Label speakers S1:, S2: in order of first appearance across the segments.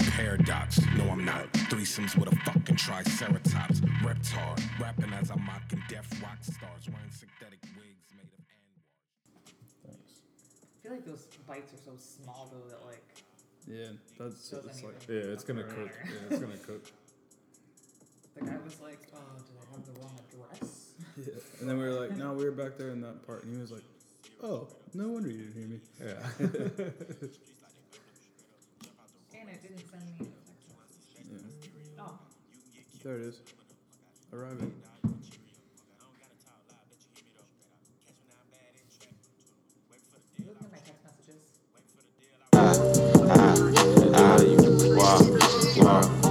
S1: paradox. No, I'm not. Threesomes with a fucking triceratops. Reptar, rapping as I'm mocking deaf rock stars. Wearing synthetic wigs made of
S2: I feel like those bites are so small though that like
S3: Yeah, that's
S2: Doesn't
S3: it's like
S2: even-
S3: yeah, it's gonna
S2: Doesn't
S3: cook.
S2: matter.
S3: Yeah, it's gonna cook.
S2: the guy was like, "Oh, did I have the wrong address?"
S3: Yeah. And then we were like, no, we were back there in that part, and he was like, oh, no wonder you didn't hear me.
S4: Yeah.
S2: And it didn't send me a text message.
S3: Yeah.
S2: Oh,
S3: There it is, arriving.
S2: look at my text messages.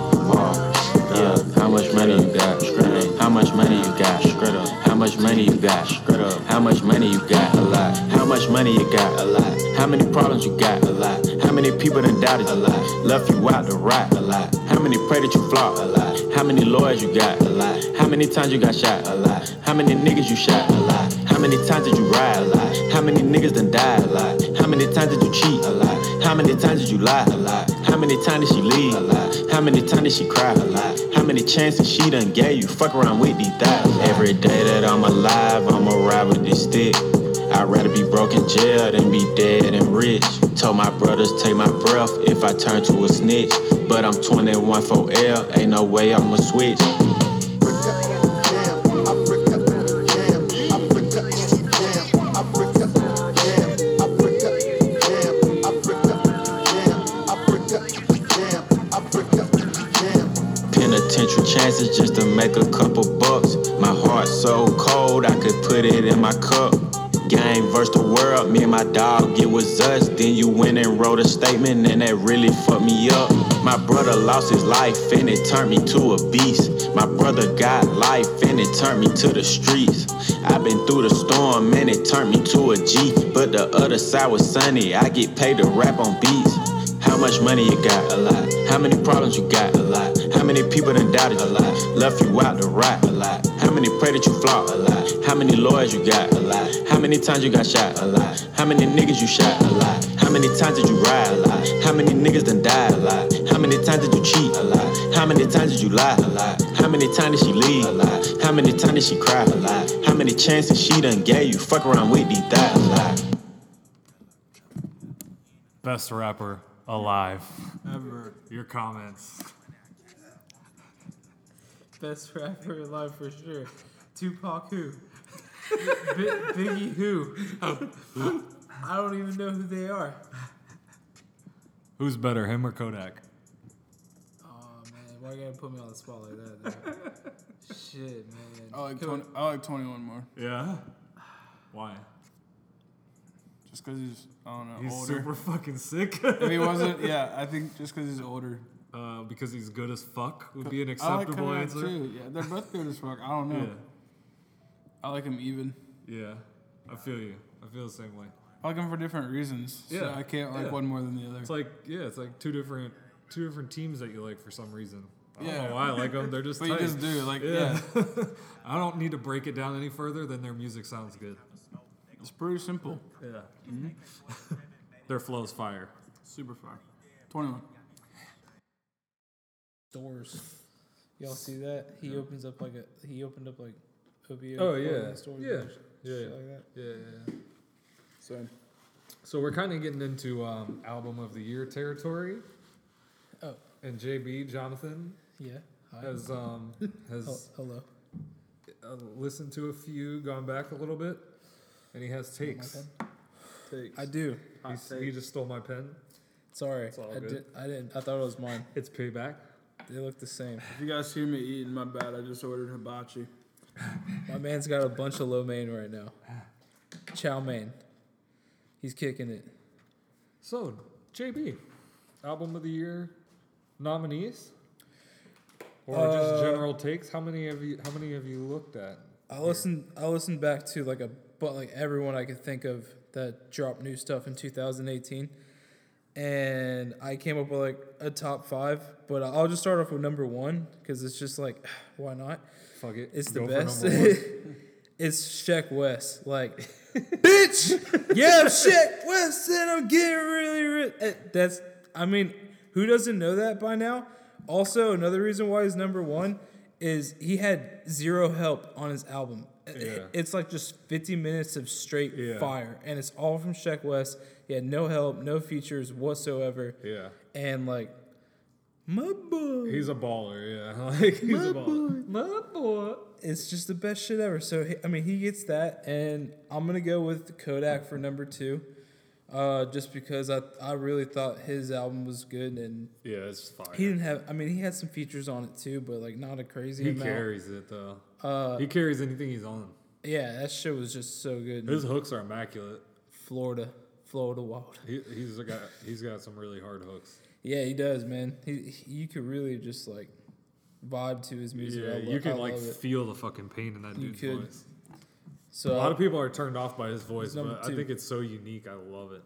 S5: Yeah, how much money you got? Straight up. How much money you got? Straight up. How much money you got? Straight up. How much money you got? A lot. How much money you got? A lot. How many problems you got? A lot. How many people that doubted? A lot. Left you out to rot? A lot. How many pray that you flop? A lot. How many lawyers you got? A lot. How many times you got shot? A lot. How many niggas you shot? A lot. How many times did you ride? A lot. How many niggas done died? A lot. How many times did you cheat? A lot. How many times did you lie? A lot. How many times did she leave? A lot. How many times did she cry? A lot. How many chances she done gave you? Fuck around with these thighs. Every day that I'm alive, I'ma ride with this stick. I'd rather be broke in jail than be dead and rich. Told my brothers take my breath if I turn to a snitch. But I'm 21 for L, ain't no way I'ma switch. Penitential chances just to make a couple bucks. My heart so cold, I could put it in my cup. Game versus the world, me and my dog, it was us. Then you went and wrote a statement, and that really fucked me up. My brother lost his life, and it turned me to a beast. My brother got life, and it turned me to the streets. I've been through the storm, and it turned me to a G. But the other side was sunny, I get paid to rap on beats. How much money you got? A lot. How many problems you got? A lot. How many people done doubted? A lot. Left you out to rot? A lot. How many pray that you flop? A lot. How many lawyers you got? A lot. How many times you got shot? A lot. How many niggas you shot? A lot. How many times did you ride? A lot. How many niggas done died? A lot. How many times did you cheat? A lot. How many times did you lie? A lot. How many times did she leave? A lot. How many times did she cry? A lot. How many chances she done gave you? Fuck around with these thighs? A lot.
S6: Best rapper alive.
S3: Ever
S6: Your comments.
S4: Best rapper alive for sure. Tupac who? B- Biggie who? I don't even know who they are.
S6: Who's better, him or Kodak?
S4: Oh man, why you gotta put me on the spot like that? though? Shit, man.
S3: I like
S4: Come
S3: twenty. I like twenty one more,
S6: Yeah. Why?
S3: just because he's I don't know
S6: He's
S3: older.
S6: super fucking sick.
S3: if he wasn't, yeah, I think just because he's older.
S6: uh, because he's good as fuck would be an
S3: I like
S6: acceptable
S3: Kodak
S6: answer.
S3: too. Yeah, they're both good as fuck. I don't know.
S6: Yeah.
S3: I like him even.
S6: Yeah. I feel you. I feel the same way.
S3: I like him for different reasons. So
S6: Yeah,
S3: I can't like
S6: yeah.
S3: one more than the other.
S6: It's like yeah, it's like two different two different teams that you like for some reason. I don't
S3: Yeah.
S6: know why I like them. They're just
S3: but you
S6: tight.
S3: just do like yeah.
S6: Yeah. I don't need to break it down any further than their music sounds good.
S3: It's pretty simple.
S6: Yeah. their flow's fire.
S3: Super far. Twenty one.
S4: Stores. Y'all see that? He opens up like a. He opened up like. Opioid
S6: Oh, yeah.
S4: clothing Stores
S6: Yeah.
S4: and shit
S6: Yeah, yeah.
S4: Like that.
S6: Yeah, yeah, yeah.
S3: So
S6: So we're kind of getting into um, album of the year territory.
S4: Oh.
S6: And JB Jonathan
S4: Yeah. Hi.
S6: has um,
S4: Oh,
S6: has
S4: hello. Oh.
S6: uh, listened to a few, gone back a little bit, and he has takes.
S3: takes.
S4: I do.
S6: He's- he just stole my pen.
S4: Sorry.
S6: all
S4: I,
S6: good.
S4: Did, I didn't. I thought it was mine.
S6: It's payback.
S4: They look the same.
S3: If you guys hear me eating, my bad. I just ordered hibachi.
S4: My man's got a bunch of lo mein right now. Chow mein. He's kicking it.
S6: So JB, album of the year nominees, or just
S4: Uh,
S6: general takes. How many have you? How many have you looked at?
S4: I listened. I listened back to like a but like everyone I could think of that dropped new stuff in 2018, and I came up with like a top five. But I'll just start off with number one because it's just like, why not?
S6: Fuck it.
S4: It's the
S6: go for
S4: best.
S6: number one.
S4: it's Sheck West. Like, bitch, yeah, I'm Sheck West, and I'm getting really rich. Eh, That's, I mean, Who doesn't know that by now? Also, another reason why he's number one is he had zero help on his album. Eh,
S7: Yeah.
S4: It's like just 50 minutes of straight
S7: Yeah.
S4: fire, and it's all from Sheck West. He had no help, no features whatsoever.
S7: Yeah.
S4: And like, my boy,
S7: He's a baller, yeah. Like he's
S4: My
S7: a baller. My boy.
S4: it's just the best shit ever. So he, I mean, he gets that, and I'm gonna go with Kodak for number two, uh, just because I I really thought his album was good, and
S7: Yeah, it's fire.
S4: he
S7: He,
S4: didn't have. I mean, he had some features on it too, but like not a crazy amount.
S7: carries it though.
S4: Uh,
S7: he carries anything he's on.
S4: Yeah, that shit was just so good.
S7: His hooks are immaculate.
S4: Florida, Florida Wild.
S7: He, he's a got he's got some really hard hooks.
S4: Yeah, he does, man. He, he you could really just like vibe to his music.
S7: Yeah,
S4: I lo-
S7: you
S4: I
S7: can like
S4: love it.
S7: feel the fucking pain in that
S4: You
S7: dude's
S4: could.
S7: voice.
S4: so
S7: a lot of people are turned off by his voice,
S4: number
S7: but
S4: two.
S7: I think it's so unique. I love it.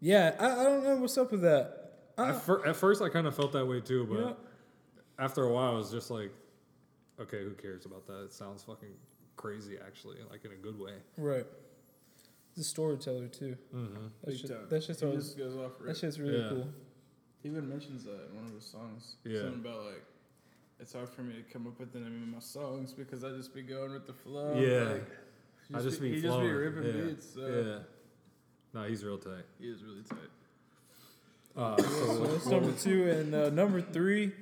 S4: yeah, I, I don't know what's up with that.
S7: At, fir- at first, I kind of felt that way too, but
S4: know-
S7: after a while, I was just like, okay, who cares about that? It sounds fucking crazy, actually, like in a good way.
S4: Right, the storyteller too.
S7: Mm-hmm.
S4: That
S3: Big time.
S4: shit, that shit's
S3: He
S4: always
S3: just goes off.
S4: That
S3: Rip.
S4: shit's really
S7: Yeah.
S4: cool.
S3: He even mentions that in one of his songs.
S7: Yeah.
S3: Something about like, it's hard for me to come up with the name of my songs because I just be going with the flow.
S7: Yeah.
S3: like,
S7: I just be
S3: he
S7: flowing.
S3: just be ripping
S7: yeah.
S3: beats. So
S7: Yeah. No, he's real tight.
S3: he is really tight.
S7: Uh, so
S4: So that's number two, and uh, number three,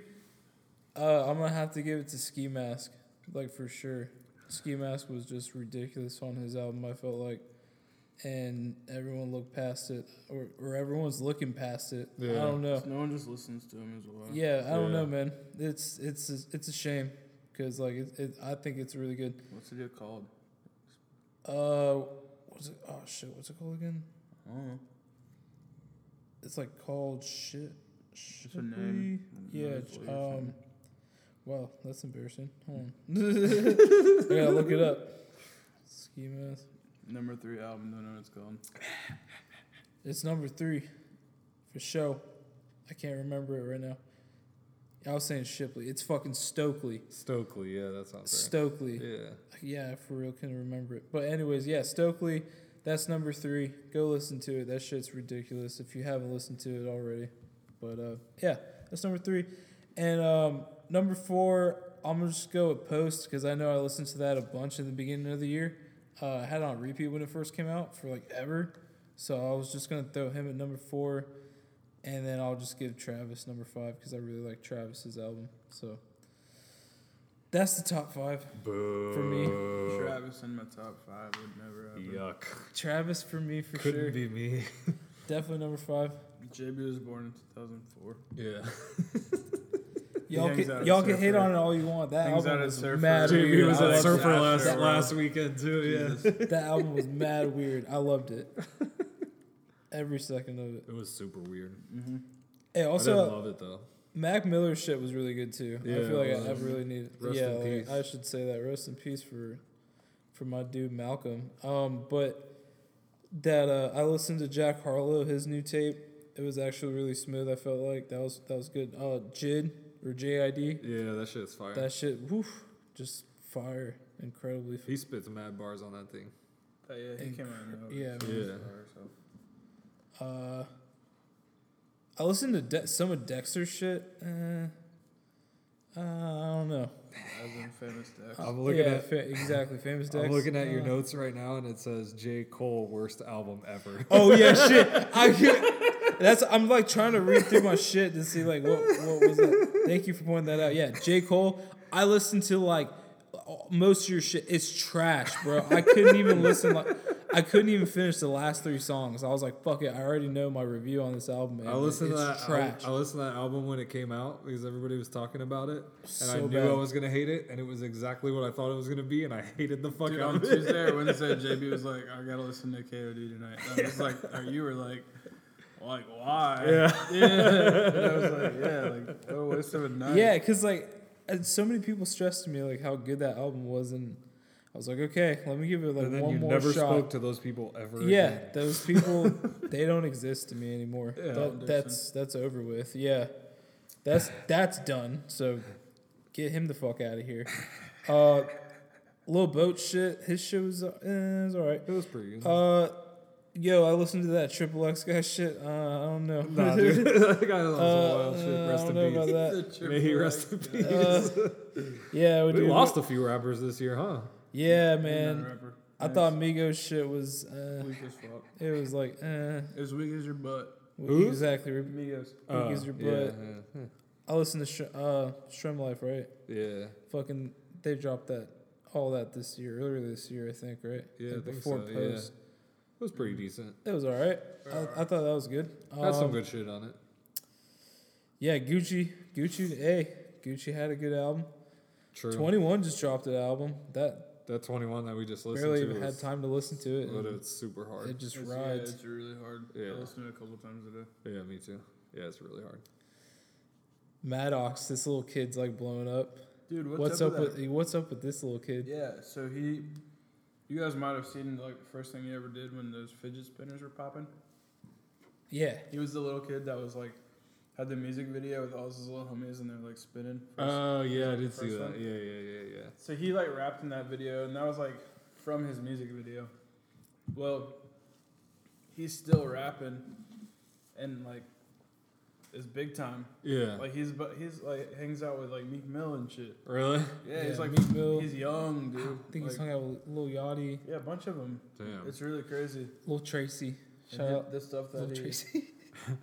S4: uh, I'm gonna have to give it to Ski Mask, like for sure. Ski Mask was just ridiculous on his album. I felt like, and everyone looked past it, or, or everyone's looking past it. I
S7: Yeah.
S4: don't know.
S3: No one just listens to him as well.
S4: Yeah, I don't
S7: Yeah.
S4: know, man. It's it's a- it's a shame because like it, it, I think it's really good.
S3: What's the deal called?
S4: Uh, what's it? Oh shit, what's it called again?
S3: I don't know.
S4: It's like called shit.
S3: It's a
S4: Should
S3: name.
S4: we- Yeah.
S3: It's
S4: j-
S3: what you're
S4: Um.
S3: saying.
S4: Wow, that's embarrassing. Hold on. I gotta look it up. Ski mask.
S3: Number three album. Don't know what it's called.
S4: It's number three, for show. I can't remember it right now. I was saying Shipley. It's fucking Stokely.
S7: Stokely, yeah, that sounds
S4: Stokely.
S7: right. Yeah.
S4: Yeah, I for real, couldn't remember it. But anyways, yeah, Stokely. That's number three. Go listen to it. That shit's ridiculous if you haven't listened to it already. But uh, yeah, that's number three. And um, number four, I'm gonna just go with Post because I know I listened to that a bunch in the beginning of the year. Uh, I had it on repeat when it first came out for like ever. So I was just gonna throw him at number four, and then I'll just give Travis number five because I really like Travis's album. So that's the top five
S7: Boo.
S4: for me.
S7: Uh,
S3: Travis in my top five would never happen.
S7: Yuck.
S4: Travis for me for
S7: Couldn't
S4: sure.
S7: be me.
S4: Definitely number five.
S3: JB was born in 2004.
S7: Yeah.
S4: Y'all
S3: hangs
S4: can
S3: out at
S4: y'all can hate
S3: Surfer.
S4: on it all you want. That
S3: Hangs out
S4: album
S3: at
S4: was
S3: Surfer.
S4: mad
S3: Dude,
S7: Dude,
S4: weird.
S7: he was
S4: I
S7: at
S4: loved
S7: Surfer
S3: that
S7: last,
S3: shit, bro.
S7: last weekend too. Yeah.
S4: it. That album was mad weird. I loved it. Every second of it.
S7: It was super weird.
S4: Hey,
S7: I didn't
S4: also
S7: love it though.
S4: Mac Miller's shit was really good too.
S7: Yeah,
S4: I feel like
S7: it
S4: I, I really need
S7: Rest
S4: yeah,
S7: in
S4: like,
S7: peace.
S4: I should say that. Rest in peace for for my dude Malcolm. Um, but that uh, I listened to Jack Harlow, his new tape. It was actually really smooth. I felt like that was that was good. Uh, Jid or JID.
S7: Yeah, that shit's fire.
S4: That shit, woof, just fire, incredibly. F-
S7: he spits mad bars on that thing.
S3: Oh, yeah, he
S4: And
S3: came out of nowhere.
S4: yeah,
S3: He was
S7: man.
S3: fire, so.
S4: uh, I listened to De- some of Dexter's shit. Uh, uh, I don't know.
S3: As in famous Dex.
S7: I'm
S4: yeah, fa- exactly. Famous Dex.
S7: I'm looking at your
S4: Uh,
S7: notes right now, and it says J. Cole worst album ever.
S4: Oh yeah, shit. I can't- that's I'm like trying to read through my shit to see like what what was that. Thank you for pointing that out. Yeah, J Cole. I listened to like most of your shit. It's trash, bro. I couldn't even listen. Like I couldn't even finish the last three songs. I was like, fuck it. I already know my review on this album. Man.
S7: I listened
S4: it's
S7: to that. al-
S4: trash.
S7: I, listened to that album when it came out because everybody was talking about it, and I
S4: So
S7: knew
S4: bad.
S7: I was gonna hate it, and it was exactly what I thought it was gonna be, and I hated the fuck
S3: Dude,
S7: out
S3: on
S7: of it.
S3: Tuesday or Wednesday, JB was like, "I gotta listen to KOD tonight." And I was like, or "You were like, like why?"
S7: Yeah.
S3: yeah. And I was like, "Yeah, like what a waste of a night."
S4: Yeah, because like and so many people stressed to me like how good that album was, and I was like, okay, let me give it like
S7: And then
S4: one
S7: you
S4: more
S7: never
S4: shot.
S7: spoke to those people ever.
S4: Yeah,
S7: again.
S4: those people they don't exist to me anymore.
S7: Yeah.
S4: That- that's that's over with. Yeah. That's that's done. So get him the fuck out of here. Uh Lil Boat shit, his shit was, uh, eh, it was all right.
S7: it was pretty. good.
S4: Uh Yo, I listened to that Triple X guy shit. Uh, I don't know.
S7: Nah, dude. that guy was on some
S4: Uh,
S7: wild shit.
S4: uh,
S7: Rest
S4: I
S7: in
S4: don't know
S7: peace.
S4: about that.
S7: May he rest in peace.
S4: Yeah,
S7: we
S4: dude.
S7: lost a few rappers this year, huh?
S4: Yeah,
S3: And
S4: man.
S3: rapper.
S4: I thought Migos shit was. Uh,
S3: Weak as fuck.
S4: it was like, eh,
S3: As weak as your butt.
S7: Who?
S4: exactly. Weak
S3: Amigos.
S7: Uh,
S4: as your butt.
S7: Yeah, Hmm.
S4: I listened to Sh- uh, Shrim Life, right?
S7: yeah.
S4: Fucking, they dropped that all that this year, earlier this year, I think, right?
S7: Yeah, I
S4: Like
S7: think
S4: before
S7: so, yeah. It was pretty decent.
S4: It was all right. I, I thought that was good.
S7: Had some
S4: Um,
S7: good shit on it.
S4: Yeah, Gucci, Gucci. Hey, Gucci had a good album.
S7: True.
S4: Twenty One just dropped an album that
S7: That 21 that we just listened
S4: barely
S7: to.
S4: even had
S7: was,
S4: time to listen to it.
S7: But
S4: and
S7: it's super hard.
S4: It just
S3: It's- Yeah,
S4: rides.
S3: it's really hard.
S7: Yeah.
S3: I listened to it a couple times a day.
S7: yeah, me too. Yeah, it's really hard.
S4: Maddox, this little kid's like blowing up.
S3: Dude, what's,
S4: What's, up,
S3: with
S4: with what's up with this little kid?
S3: Yeah, so he, you guys might have seen like the first thing he ever did when those fidget spinners were popping.
S4: Yeah,
S3: He was the little kid that was like, had the music video with all his little homies and they're like spinning. first.
S4: Uh,
S7: Oh, yeah, I did see
S3: first
S7: that.
S3: one?
S7: Yeah, yeah, yeah, yeah.
S3: so he like rapped in that video and that was like from his music video. Well, he's still rapping, and like, is big time.
S7: Yeah.
S3: Like he's but he's like hangs out with like Meek Mill and shit.
S7: really?
S3: Yeah,
S4: Yeah,
S3: he's like
S4: Meek Mill.
S3: He's young, dude.
S4: I think he's
S3: Like,
S4: hung out with Lil Yachty,
S3: yeah, a bunch of them.
S7: Damn.
S3: It's really crazy.
S4: Lil Tracy.
S3: And
S4: Shout
S3: hit
S4: out
S3: the stuff that
S4: Lil
S3: he,
S4: Tracy.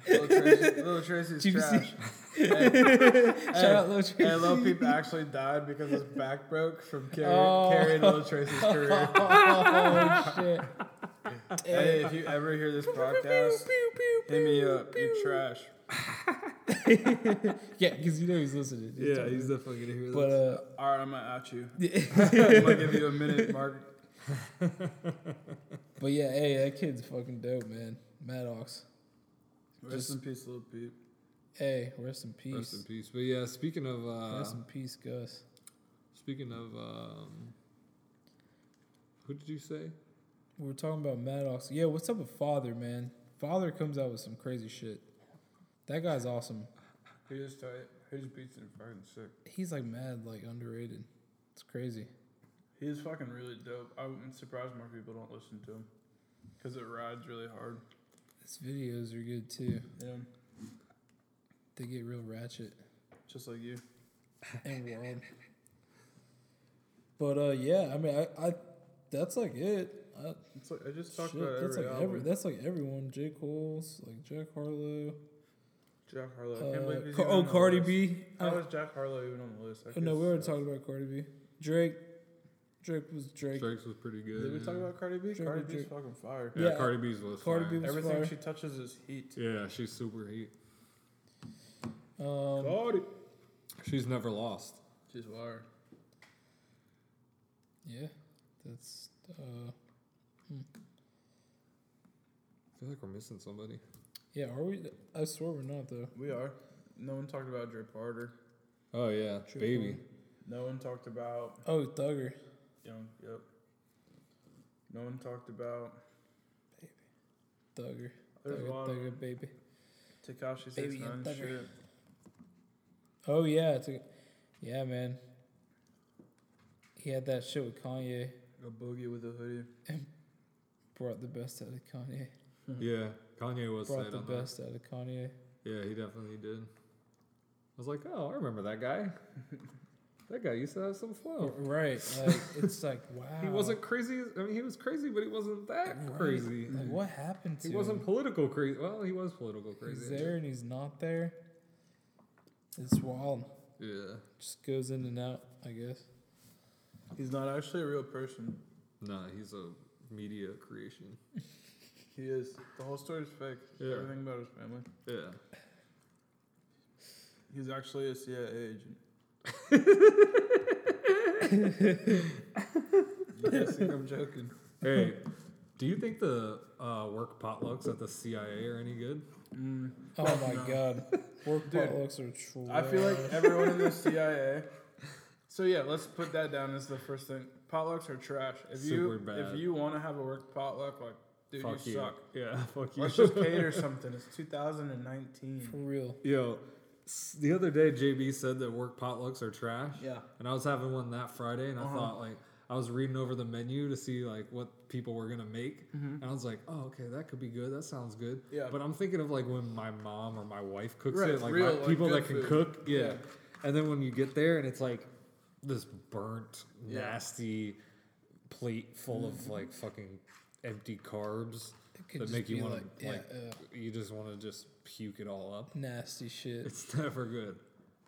S3: Little Tracy, Little Tracy's
S4: Juicy.
S3: trash.
S4: Shout out Lil Tracy.
S3: Hey, Lil Peep actually died because his back broke from carry,
S4: Oh.
S3: carrying Little Tracy's career.
S4: oh shit!
S3: hey, if you ever hear this podcast, hit me up. You trash.
S4: Yeah, because you know he's listening. He's
S7: Yeah,
S4: talking.
S7: he's definitely going to hear
S4: But
S7: that.
S4: uh,
S3: All right, I'm gonna at you. I'm gonna give you a minute, Mark.
S4: but yeah, hey, that kid's fucking dope, man. Maddox.
S3: Rest
S4: Just-
S3: in peace, Lil Peep.
S4: Hey, rest in peace.
S7: Rest in peace. But yeah, speaking of uh,
S4: Rest in peace, Gus.
S7: speaking of um, who did you say?
S4: We were talking about Maddox. Yeah, what's up with Father, man? Father comes out with some crazy shit. That guy's awesome.
S3: He just tight. He just beats it fucking sick.
S4: He's like mad, like underrated. It's crazy.
S3: He's fucking really dope. I'm surprised more people don't listen to him because it rides really hard.
S4: His videos are good too.
S3: Yeah,
S4: They get real ratchet
S3: just like you.
S4: and wild. But uh, yeah, I mean, I, I that's like it. I,
S3: It's like I just talked
S4: shit,
S3: about
S4: that's
S3: every
S4: like
S3: album.
S4: every that's like everyone. J. Cole's, like Jack Harlow.
S3: Jack Harlow. I can't believe
S4: Uh,
S3: he's
S4: Ca-
S3: even
S4: oh,
S3: on the
S4: Cardi
S3: list.
S4: B.
S3: How
S4: Uh,
S3: is Jack Harlow even on the list? I
S4: no,
S3: guess-
S4: we already talked about Cardi B. Drake. Drake was Drake.
S7: Drake's was pretty good.
S3: Did we
S7: yeah.
S3: talk about Cardi B?
S4: Drake
S3: Cardi
S4: or
S3: B's
S4: Drake?
S3: fucking fire.
S7: Yeah,
S4: Yeah.
S7: Cardi B's was
S4: Cardi
S7: fire.
S4: B was
S3: Everything
S4: fire.
S3: she touches is heat.
S7: Yeah, she's super heat.
S4: Um,
S3: Cardi.
S7: She's never lost.
S3: She's fire.
S4: yeah, that's. Uh,
S7: I feel like we're missing somebody.
S4: yeah, are we? I swear we're not though.
S3: We are. No one talked about Drip Harder.
S7: Oh yeah,
S4: True
S7: baby.
S3: No one talked about
S4: Oh, Thugger.
S3: Young. Yep. No one talked about.
S4: Thugger.
S3: There's
S4: Thugger,
S3: a lot.
S4: Thugger, baby.
S3: Takashi six
S4: Baby
S3: nine
S4: and Thugger.
S3: shit.
S4: Oh yeah, it's a, yeah, man. He had that shit with Kanye.
S3: A boogie with a hoodie.
S4: Brought the best out of Kanye.
S7: Yeah, Kanye was
S4: Brought
S7: saying
S4: the
S7: on that.
S4: best out of Kanye.
S7: Yeah, he definitely did. I was like, oh, I remember that guy. that guy used to have some flow.
S4: Right, like it's like wow.
S7: He wasn't crazy. as- I mean, he was crazy, but he wasn't that
S4: Right,
S7: crazy.
S4: Like what happened to
S7: He wasn't
S4: him?
S7: political crazy. Well, he was political crazy.
S4: He's there and he's not there. It's wild.
S7: Yeah.
S4: Just goes in and out, I guess.
S3: He's not actually a real person.
S7: Nah, he's a media creation.
S3: He is. The whole story is fake.
S7: Yeah.
S3: Everything about his family.
S7: Yeah.
S3: He's actually a CIA agent. yes, I'm joking.
S7: Hey, do you think the uh, work potlucks at the CIA are any good?
S3: Mm.
S4: Oh my god. Work
S3: Dude,
S4: potlucks are true.
S3: I feel like everyone in the CIA. So yeah, let's put that down as the first thing. Potlucks are trash. If you
S7: Super bad.
S3: if you want to have a work potluck, like dude,
S7: fuck
S3: you,
S7: you.
S3: suck.
S7: Yeah, fuck you.
S3: Let's just cater something. It's 2019.
S4: for real.
S7: Yo, s- the other day JB said that work potlucks are trash.
S3: Yeah.
S7: And I was having one that Friday, and I
S3: Uh-huh.
S7: thought like I was reading over the menu to see like what people were gonna make, and I was like, "Oh, okay, that could be good. That sounds good."
S3: Mm-hmm. Yeah.
S7: But I'm thinking of like when my mom or my wife cooks
S3: Right,
S7: it, like
S3: real,
S7: my,
S3: like,
S7: people
S3: good
S7: that can
S3: food.
S7: cook. Yeah.
S3: Yeah.
S7: And then when you get there, and it's like this burnt,
S3: Yeah. Mm-hmm.
S7: nasty plate full of like fucking empty carbs
S4: could
S7: that
S4: just
S7: make you
S4: be
S7: want
S4: like-
S7: to
S4: yeah, uh,
S7: like you just want to just puke it all up.
S4: Nasty shit.
S7: It's never good.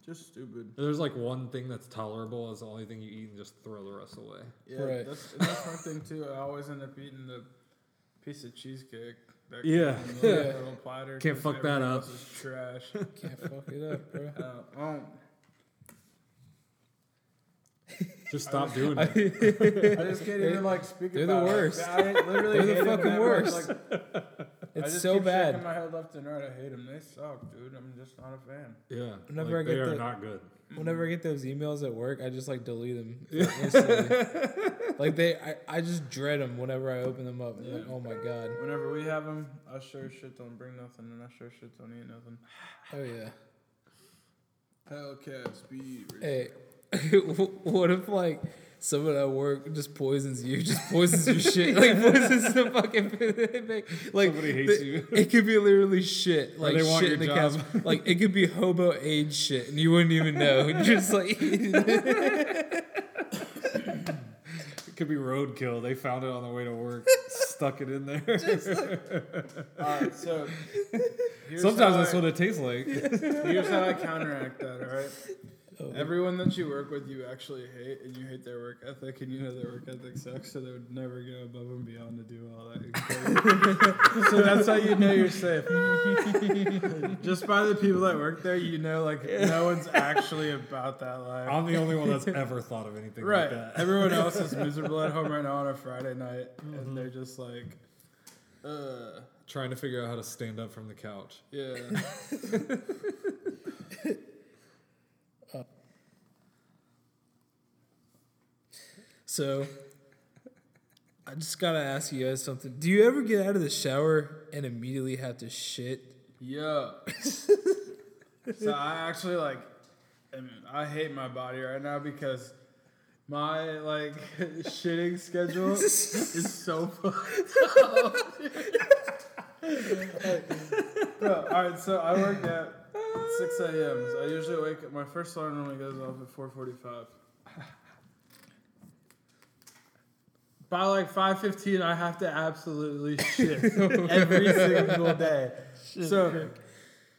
S3: Just stupid.
S7: There's like one thing that's tolerable. It's the only thing you eat and just throw the rest away.
S3: Yeah,
S4: Right.
S3: that's and that's one thing too. I always end up eating the piece of cheesecake. That
S7: Yeah.
S3: comes on
S7: Yeah.
S3: the little platter.
S7: Can't
S3: 'cause
S7: fuck that
S3: everything
S7: up.
S3: else is trash.
S4: Can't fuck it up, bro.
S3: uh, I don't-
S7: Just stop doing
S4: I-
S7: it.
S3: I just can't even like speak
S4: they're the
S3: about it.
S4: worst.
S3: I hate- literally
S4: They're the
S3: hate 'em
S4: fucking
S3: that much,
S4: worst.
S3: like, I
S4: it's
S3: just
S4: so
S3: keep shaking
S4: bad.
S3: My head left and right. I hate them. They suck, dude. I'm just not a fan.
S7: Yeah.
S4: Whenever
S7: like,
S4: I get
S7: they are
S4: the-
S7: not good.
S4: Whenever I get those emails at work, I just like delete them. like, instantly. like they, I, I just dread them whenever I open them up. I'm Like, oh my god.
S3: Whenever we have them, I sure as shit don't bring nothing, and I sure as shit don't eat nothing.
S4: Oh yeah.
S3: Hellcat speed.
S4: Hey, what if like someone at work just poisons you, just poisons your shit, like poisons the fucking food they make. Like
S7: Somebody hates
S4: the-
S7: you.
S4: It could be literally shit, like
S7: they want
S4: shit
S7: your
S4: in the
S7: job.
S4: cast. Like it could be hobo age shit, and you wouldn't even know. You're just like,
S7: It could be roadkill. They found it on the way to work, stuck it in there.
S3: All right, so here's
S7: Sometimes
S3: how
S7: that's
S3: I-
S7: what it tastes like.
S3: Here's how I counteract that, all right?
S7: Oh,
S3: Everyone that you work with, you actually hate, and you hate their work ethic, and you know their work ethic sucks, so they would never go above and beyond to do all that. so that's how you know you're safe. Just by the people that work there, you know, like, no one's actually about that life.
S7: I'm the only one that's ever thought of anything
S3: Right.
S7: like that.
S3: Everyone else is miserable at home right now on a Friday night,
S7: Mm-hmm.
S3: and they're just like, uh,
S7: Trying to figure out how to stand up from the couch.
S3: yeah.
S4: so I just gotta ask you guys something. Do you ever get out of the shower and immediately have to shit?
S3: Yeah. so I actually like, am- I hate my body right now because my like shitting schedule is so fucked up. Bro, all right, so I work at 6 a.m. So I usually wake up. My first alarm normally goes off at 4:45. By like 5:15, I have to absolutely shit every single day. So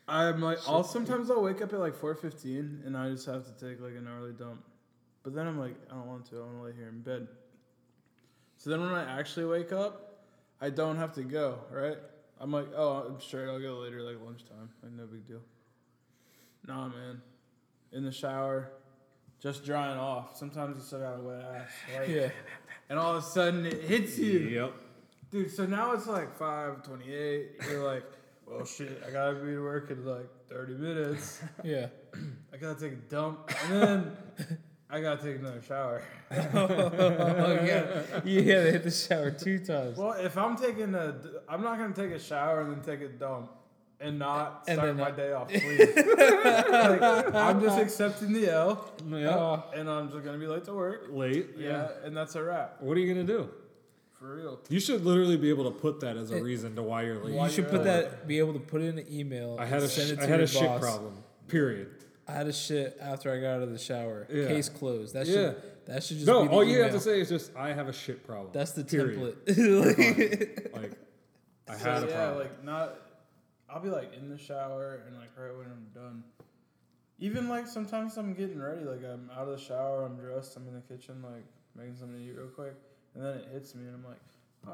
S3: I'm like, I'll sometimes I'll wake up at like 4:15 and I just have to take like an early dump. But then I'm like, I don't want to. I want to lay here in bed. So then when I actually wake up, I don't have to go. Right? I'm like, oh, I'm sure I'll go later, like lunchtime. Like no big deal. Nah, man. In the shower, just drying off. Sometimes you still got a wet ass. Like,
S4: Yeah.
S3: And all of a sudden it hits you.
S7: Yep.
S3: Dude, so now it's like five twenty-eight. You're like, well, shit, I gotta be to work in like thirty minutes.
S4: Yeah.
S3: I gotta take a dump, and then I gotta take another shower.
S4: Oh yeah. Yeah, they hit the shower two times.
S3: Well, if I'm taking a, d- I'm not gonna take a shower and then take a dump and not
S4: And
S3: start
S4: then
S3: my
S4: not-
S3: day off clean. Like, I'm just accepting the L,
S4: Oh,
S7: Yeah.
S3: and I'm just gonna be late to work.
S7: Late.
S3: Yeah, and that's a wrap
S7: What are you gonna do?
S3: for real.
S7: You should literally be able to put that as a reason to why you're late.
S4: You should
S3: you're
S4: put
S3: at
S4: that. Be able to put it in an email.
S7: I had a,
S4: and
S7: sh-
S4: send it
S7: I
S4: to
S7: had
S4: your
S7: a shit
S4: boss.
S7: problem. Period.
S4: I had a shit after I got out of the shower.
S7: Yeah.
S4: Case closed. That
S7: Yeah.
S4: should that should just
S7: no,
S4: Be the
S7: all you have to
S4: email.
S7: say is just I have a shit problem.
S4: That's the
S7: Period.
S4: template.
S7: Like I
S3: So,
S7: had a
S3: yeah,
S7: problem.
S3: like not. I'll be like in the shower and like right when I'm done. Even like sometimes I'm getting ready, like I'm out of the shower, I'm dressed, I'm in the kitchen, like making something to eat real quick, and then it hits me and I'm like,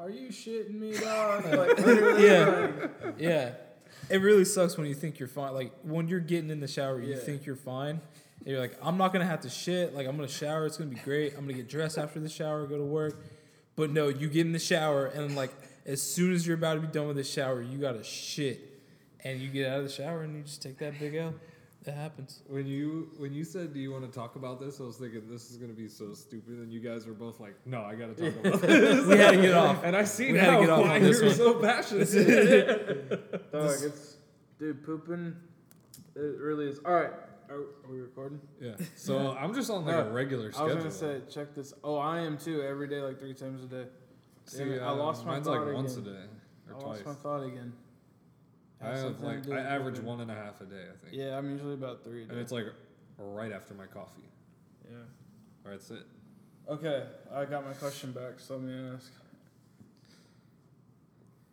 S3: "Are you shitting me, dog?" like literally,
S4: Yeah.
S3: like,
S4: yeah, it really sucks when you think you're fine. Like when you're getting in the shower, you
S3: Yeah.
S4: think you're fine. And you're like, I'm not gonna have to shit. Like I'm gonna shower. It's gonna be great. I'm gonna get dressed after the shower, go to work. But no, you get in the shower and like as soon as you're about to be done with the shower, you gotta shit, and you get out of the shower and you just take that big L. That happens.
S7: When you when you said do you want to talk about this, I was thinking this is gonna be so stupid, and you guys were both like, "No, I gotta talk about this."
S4: We had to get off.
S7: And I see
S4: We had to
S7: now
S4: get off
S7: why
S4: on this
S7: you're
S4: one.
S7: so passionate.
S3: dog, it's dude pooping. It really is. All right, Are, are we recording?
S7: Yeah. So I'm just on like
S3: No,
S7: a regular
S3: I
S7: schedule.
S3: was gonna say, check this. Oh, I am too. Every day, like three times a day.
S7: See,
S3: Damn it, I
S7: uh,
S3: lost my
S7: mine's
S3: thought
S7: like once a
S3: again.
S7: day or
S3: I
S7: twice.
S3: lost my thought again.
S7: I have
S3: something to
S7: like
S3: do
S7: I
S3: with
S7: average
S3: it.
S7: one and a half a day, I think.
S3: Yeah, I'm usually about three. A day.
S7: And it's like right after my coffee.
S3: yeah.
S7: Or that's it.
S3: Okay, I got my question back. So let me ask.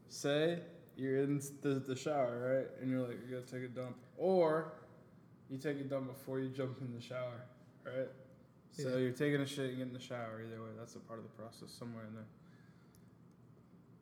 S3: Say you're in s- the, the shower, right? And you're like, you gotta take a dump, or you take a dump before you jump in the shower, right? So
S4: Yeah.
S3: you're taking a shit and getting in the shower. Either way, that's a part of the process somewhere in there.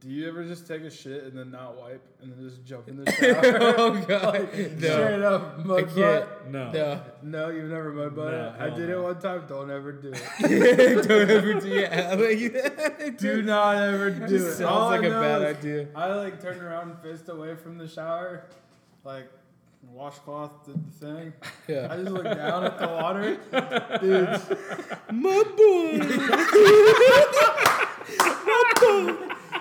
S3: Do you ever just take a shit and then not wipe and then just jump in the shower?
S4: oh god,
S3: Straight
S4: no,
S3: up,
S4: I
S3: mud
S4: can't.
S3: butt.
S7: No.
S4: No,
S3: No, you've never mud butt.
S7: No,
S3: it? I
S7: hell
S3: did
S7: no.
S3: it one time. Don't ever do it.
S4: don't ever do it.
S3: Do not ever do it.
S4: Sounds
S3: All I
S4: like a
S3: know
S4: bad
S3: is
S4: idea.
S3: I like turned around and faced away from the shower, like washcloth did the thing. I
S4: Yeah.
S3: just looked down at the water, dude.
S4: My boy.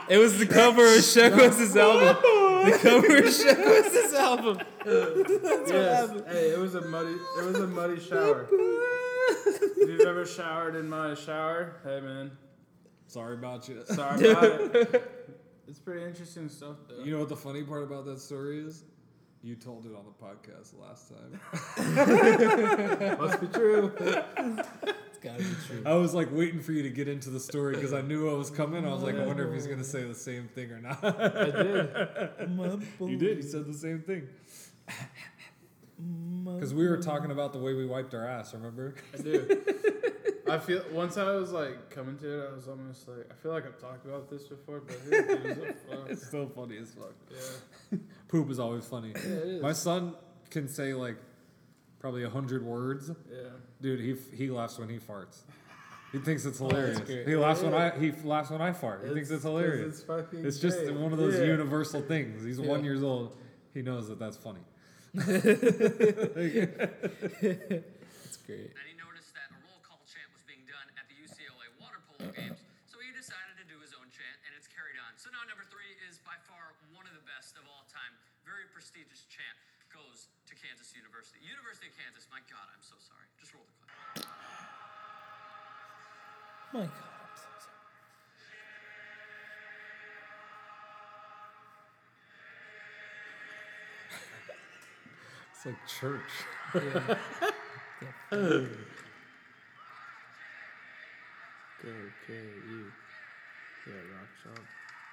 S4: It was the cover of Shaq West's album. The cover of Shaq West's album.
S3: Yes. Hey, it was a muddy, it was a muddy shower. if you've ever showered in my shower, hey man,
S7: Sorry about you.
S3: sorry about it. It's pretty interesting stuff though.
S7: You know what the funny part about that story is? You told it on the podcast last time.
S3: must be true.
S4: It's gotta be true.
S7: I was like waiting for you to get into the story because I knew I was coming. I was like, I wonder if he's gonna say the same thing or not.
S3: I did.
S4: My
S7: you
S4: boy.
S7: did. You said the same thing. Because we were talking about the way we wiped our ass. Remember?
S3: I do. I feel once I was like coming to it, I was almost like I feel like I've talked about this before, but who gives a fuck?
S7: It's so funny as fuck.
S3: Yeah.
S7: Poop is always funny.
S3: Yeah, it is.
S7: My son can say like probably a hundred words.
S3: yeah.
S7: Dude, he he laughs when he farts. He thinks
S3: Oh,
S7: it's hilarious.
S4: great.
S7: he laughs when I he laughs when I fart. He thinks it's hilarious.
S3: It's, fucking
S7: It's just
S3: great.
S7: one of those
S3: Yeah.
S7: universal things. He's one
S4: Yeah.
S7: years old. He knows that that's funny.
S4: It's great.
S8: Then he noticed that a roll call chant was being done at the UCLA water polo games, so he decided to do his own chant, and it's carried on. So now number three is by far one of the best of all time. Very prestigious chant goes to Kansas University. University of Kansas. My God, I'm so sorry. Just roll the clip.
S4: My God.
S7: It's like church.
S8: I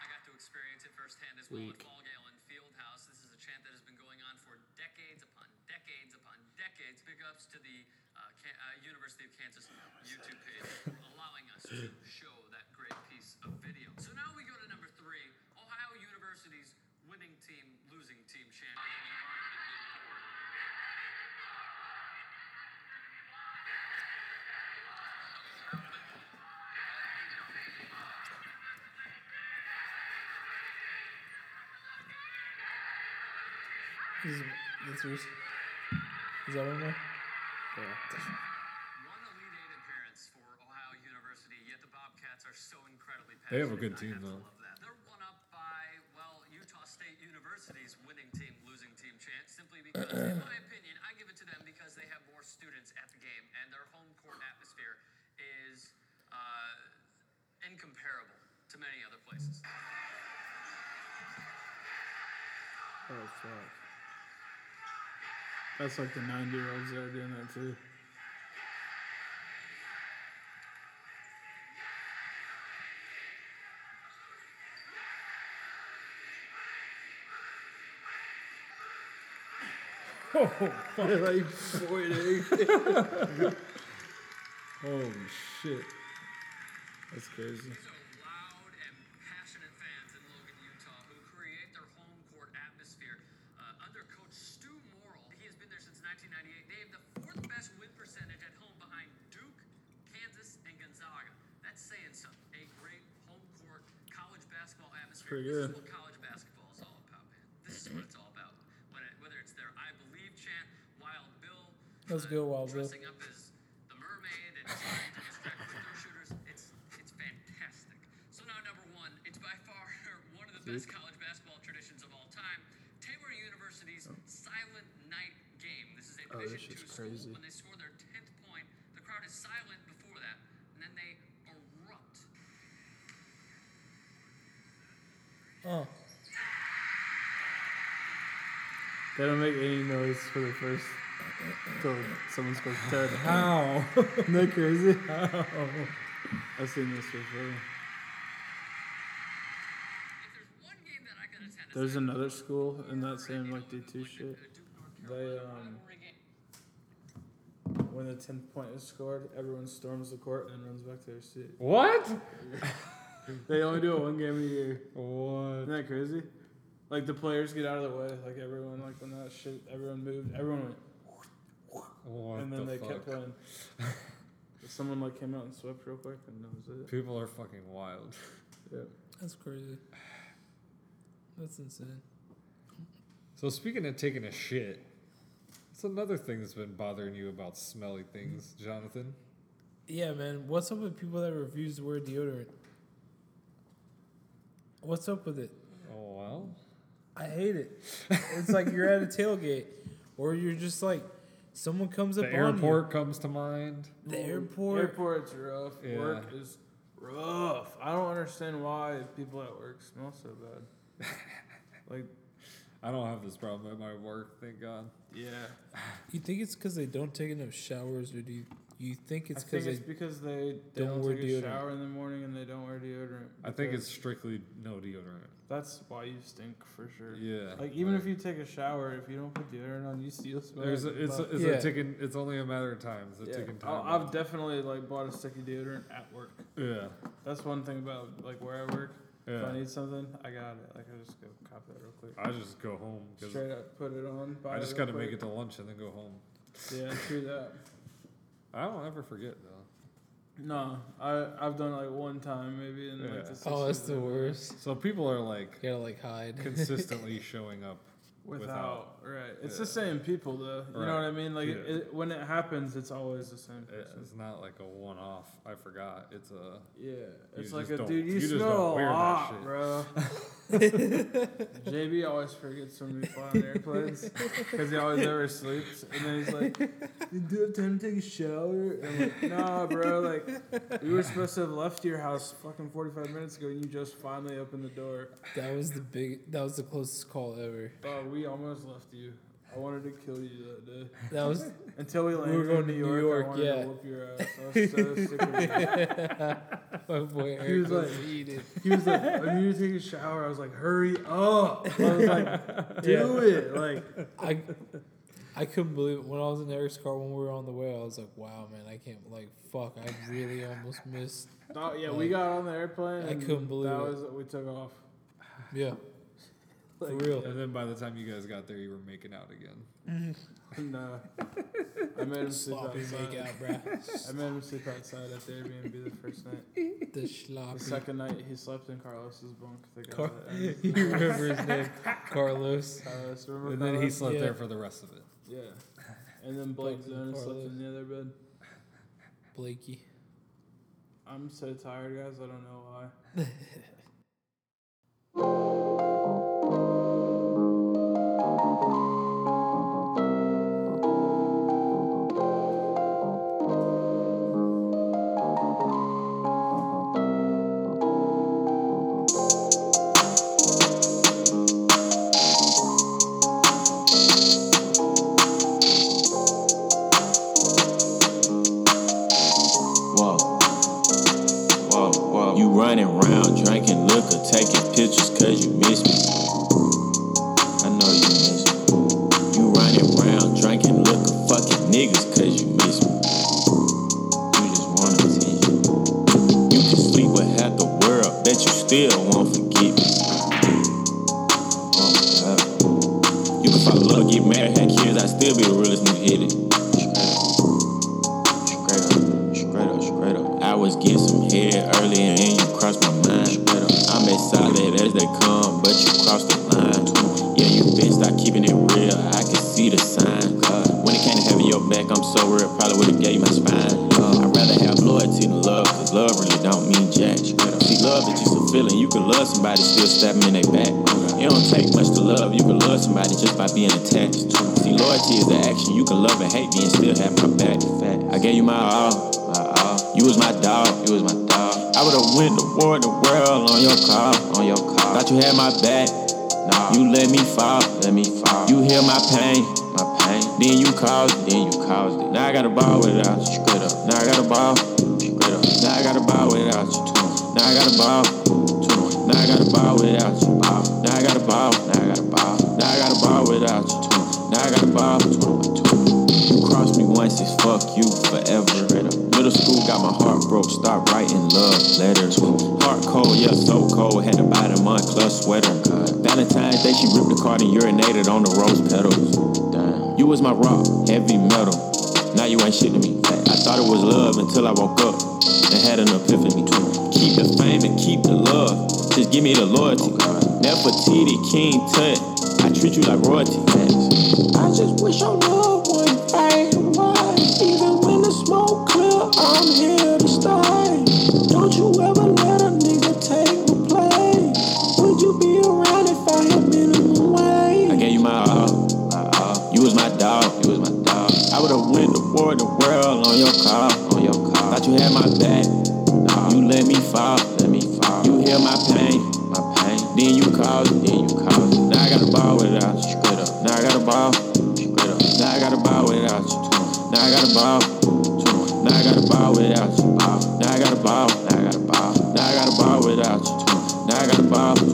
S8: got to experience it firsthand as well at Ball Gale and Fieldhouse. This is a chant that has been going on for decades upon decades upon decades. Big ups to the uh, Can- uh, University of Kansas YouTube page for allowing us to show that great piece of video. So now we go to number three Ohio University's winning team, losing team chant.
S4: This is, that's yours. Is that one more?
S8: One Elite Eight appearance for Ohio University, yet the Bobcats are so incredibly passionate.
S7: They have a good
S8: I
S7: team,
S8: have to
S7: though.
S8: love that. They're one up by, well, Utah State University's winning team, losing team chant, simply because, in my opinion, I give it to them because they have more students at the game and their home court atmosphere is uh, incomparable to many other places.
S3: Oh fuck. That's like the nine year olds that are doing that too. Oh, like forty.
S7: Holy shit.
S3: That's crazy.
S8: These are loud and passionate fans in Logan, Utah, who create their home court atmosphere. Uh, under Coach Stu Morrill, he has been there since 1998. They have the fourth best win percentage at home behind Duke, Kansas, and Gonzaga. That's saying something. A great home court college basketball atmosphere.
S3: pretty
S8: This is
S3: good.
S8: what college basketball is all about, man. This is what it's all about. When it, whether it's their "I Believe" chant, Wild Bill. uh,
S4: Let's go, Wild Bill.
S8: dressing up as the mermaid and trying to distract window shooters. It's it's fantastic. So now number one, it's by far one of the best college
S3: Oh.
S8: basketball traditions of all time. Taylor University's Silent Night game. This is a Division
S4: shit's
S8: Two school.
S4: crazy.
S8: When they score their tenth point, the crowd is silent before that, and then they erupt.
S4: Oh,
S3: They don't make any noise for the first till someone scores ten.
S4: how?
S3: Isn't that crazy? I've seen this before.
S8: If there's one game that I could attend, it's
S3: There's
S8: that
S3: another school in that same like D
S8: Duke-
S3: two
S8: Duke-
S3: shit.
S8: Duke- North
S3: They
S8: Carolina
S3: um
S8: rivalry game.
S3: when the tenth point is scored, everyone storms the court and runs back to their seat.
S7: What?
S3: They only do it one game a year.
S7: What?
S3: Isn't that crazy? Like the players get out of the way. Like everyone, like when that shit, everyone moved. Everyone went,
S7: What
S3: and then
S7: the
S3: they
S7: fuck?
S3: kept playing. Someone like came out and swept real quick, and that was it.
S7: People are fucking wild.
S3: Yeah.
S4: That's crazy. That's insane.
S7: So speaking of taking a shit, it's another thing that's been bothering you about smelly things, Jonathan.
S4: Yeah, man. What's up with people that refuse to wear deodorant? What's up with it?
S7: Oh well.
S4: I hate it. It's like you're at a tailgate, or you're just like someone comes
S7: The
S4: up
S7: airport comes to mind.
S4: on you. The airport.
S3: Airport's rough. Work
S7: Yeah.
S3: is rough. I don't understand why people at work smell so bad. like,
S7: I don't have this problem at my work, thank God.
S3: yeah.
S4: You think it's because they don't take enough showers, or do you, you think it's
S3: I think
S4: because they?
S3: it's because they, they
S4: don't
S3: don't,
S4: wear
S3: take
S4: deodorant.
S3: a shower in the morning and they don't wear deodorant.
S7: I think
S3: because
S7: it's strictly no deodorant.
S3: that's why you stink for sure.
S7: Yeah.
S3: Like even
S7: like,
S3: if you take a shower, if you don't put deodorant on, you still smell.
S7: there's a,
S3: like
S7: it's a,
S3: butt.
S7: it's
S4: Yeah.
S7: a ticking it's only a matter of time. It's a
S3: yeah.
S7: ticking time.
S3: I- I've
S7: bomb.
S3: definitely like bought a sticky deodorant at work.
S7: yeah.
S3: That's one thing about like where I work. If I
S7: Yeah.
S3: need something, I got it. Like I just go cop that real quick.
S7: I just go home because
S3: Straight up, put it on. Buy
S7: I just
S3: real
S7: gotta make it
S3: quick.
S7: to lunch and then go home.
S3: Yeah, true that.
S7: I don't ever forget though.
S3: No, I I've done it like one time maybe in
S7: Yeah.
S3: like the. Six
S4: oh, that's
S3: years
S4: the
S3: I've been
S4: worst.
S7: So people are like
S4: You gotta like hide.
S7: consistently showing up.
S3: Without, right? It's
S7: Yeah.
S3: the same people though. You
S7: Right.
S3: know what I mean? Like it,
S7: Yeah.
S3: it, when it happens, it's always the same
S7: It-
S3: person.
S7: It's not like a one off. I forgot. It's a
S3: Yeah, it's
S7: just
S3: like a
S7: don't-
S3: dude. You,
S7: you just
S3: smell
S7: don't
S3: a
S7: wear that
S3: lot,
S7: shit.
S3: bro. JB always forgets when we fly on airplanes because he always never sleeps, and then he's like, "You do have time to take a shower?" And I'm like, "Nah, bro. Like, we were supposed to have left your house fucking 45 minutes ago, and you just finally opened the door.
S4: That was the big. That was the closest call ever.
S3: Oh, we almost left you. I wanted to kill you that day
S4: That was.
S3: until we landed
S4: were going
S3: in
S4: to
S3: New
S4: New
S3: York.
S4: York,
S3: I wanted
S4: yeah.
S3: to whoop your ass. I was so sick of you.
S4: my boy Eric
S3: He was
S4: was
S3: like-
S4: eating.
S3: He was like, I need to take a shower. I was like, hurry up. I was like, do it. Like,
S4: I I couldn't believe it. When I was in Eric's car when we were on the way, I was like, wow, man, I can't, like, fuck, I really almost missed.
S3: oh, yeah, we got on the airplane.
S4: I
S3: and
S4: couldn't believe
S3: that
S4: it.
S3: was we took off.
S4: Yeah. For
S3: Like-
S4: real.
S7: And then by the time you guys got there, you were making out again.
S3: No, uh, I made him sleep
S4: Sloppy
S3: outside.
S4: make out, bruh.
S3: I made him sleep outside at the Airbnb the first night.
S4: The
S3: The
S4: sloppy.
S3: second night, he slept in Carlos's bunk. The guy
S4: Car-
S3: that owns
S4: you remember his name, Carlos.
S3: Carlos, remember
S7: And then he
S3: Carlos?
S7: slept
S4: Yeah.
S7: there for the rest of it.
S3: yeah. And then Blake
S4: Fucking
S3: Zone slept
S4: Carlos.
S3: in the other bed.
S4: Blakey.
S3: I'm so tired, guys. I don't know why.
S5: Whoa. Whoa, whoa. You running round, drinking liquor, taking pictures cause you miss me. I know you miss me. You running round, drinking liquor, fucking niggas cause you miss me. You just want attention. You can sleep with half the world, bet you still won't forget me. Oh, God. You can fall in love, get married, have kids, I still be the realest nigga hit it. Straight up. Straight up, straight up, straight up. I was getting some head early and then you crossed my mind. Straight up. I'm as solid as they come, but you crossed the line. Yeah, you been start keeping it real. I can see the sign. God. When it came to having your back, I'm so real. Probably would've gave you my spine. God. I'd rather have loyalty than love, cause love really don't mean jack. Straight up. See, love is just a feeling. You can love somebody still stabbing in their back. It don't take much to love. You can love somebody just by being attached to 'em. See, Loyalty, loyalty is an action. You can love and hate me and still have my back. I gave you my all, my all. You was my dog, you was my dog. I would've went the war, the world on your car, on your car. Thought you had my back. Nah, you let me fall, let me fall. You hear my pain, my pain. Then you caused it, then you caused it. Now I got a ball without you, straight up. Now I got a ball, straight up. Now I got a ball without you, too. Now I got a ball, too. Now I got a ball without you, ball. Now I got a ball, now I got a ball. Now I got a ball without you, too. Now I got a ball, too. too. You crossed me once, it's fuck you forever. Straight up. Middle school got my heart broke, start writing love letters. Heart cold, yeah, so cold, had to buy the month club sweater. Valentine's Day, she ripped the card and urinated on the rose petals. Damn. You was my rock, heavy metal. Now you ain't shit to me. I thought it was love until I woke up and had an epiphany. Keep the fame and keep the love. Just give me the loyalty. Nefertiti, King Tut. I treat you like royalty. I just wish your love would fade away. Even when the smoke clear, I'm here to stay. Don't you ever let a nigga take my place. Would you be around if I had minimum wage? I gave you my all, my all. You was my dog, you was my dog. I would've win the war, the world on your car, on your car. Thought you had my back. Nah, you let me fall, let me fall. You hear my pain, my pain. Then you call, then you call. Now I got a ball without you, straight up. Now I got a ball, straight up. Now I got a ball without you. too. Now I got a ball, too. now I got a ball without you. Ball. Now I got a ball, now I got a ball. Now I got a ball without you. too. Now I got a ball.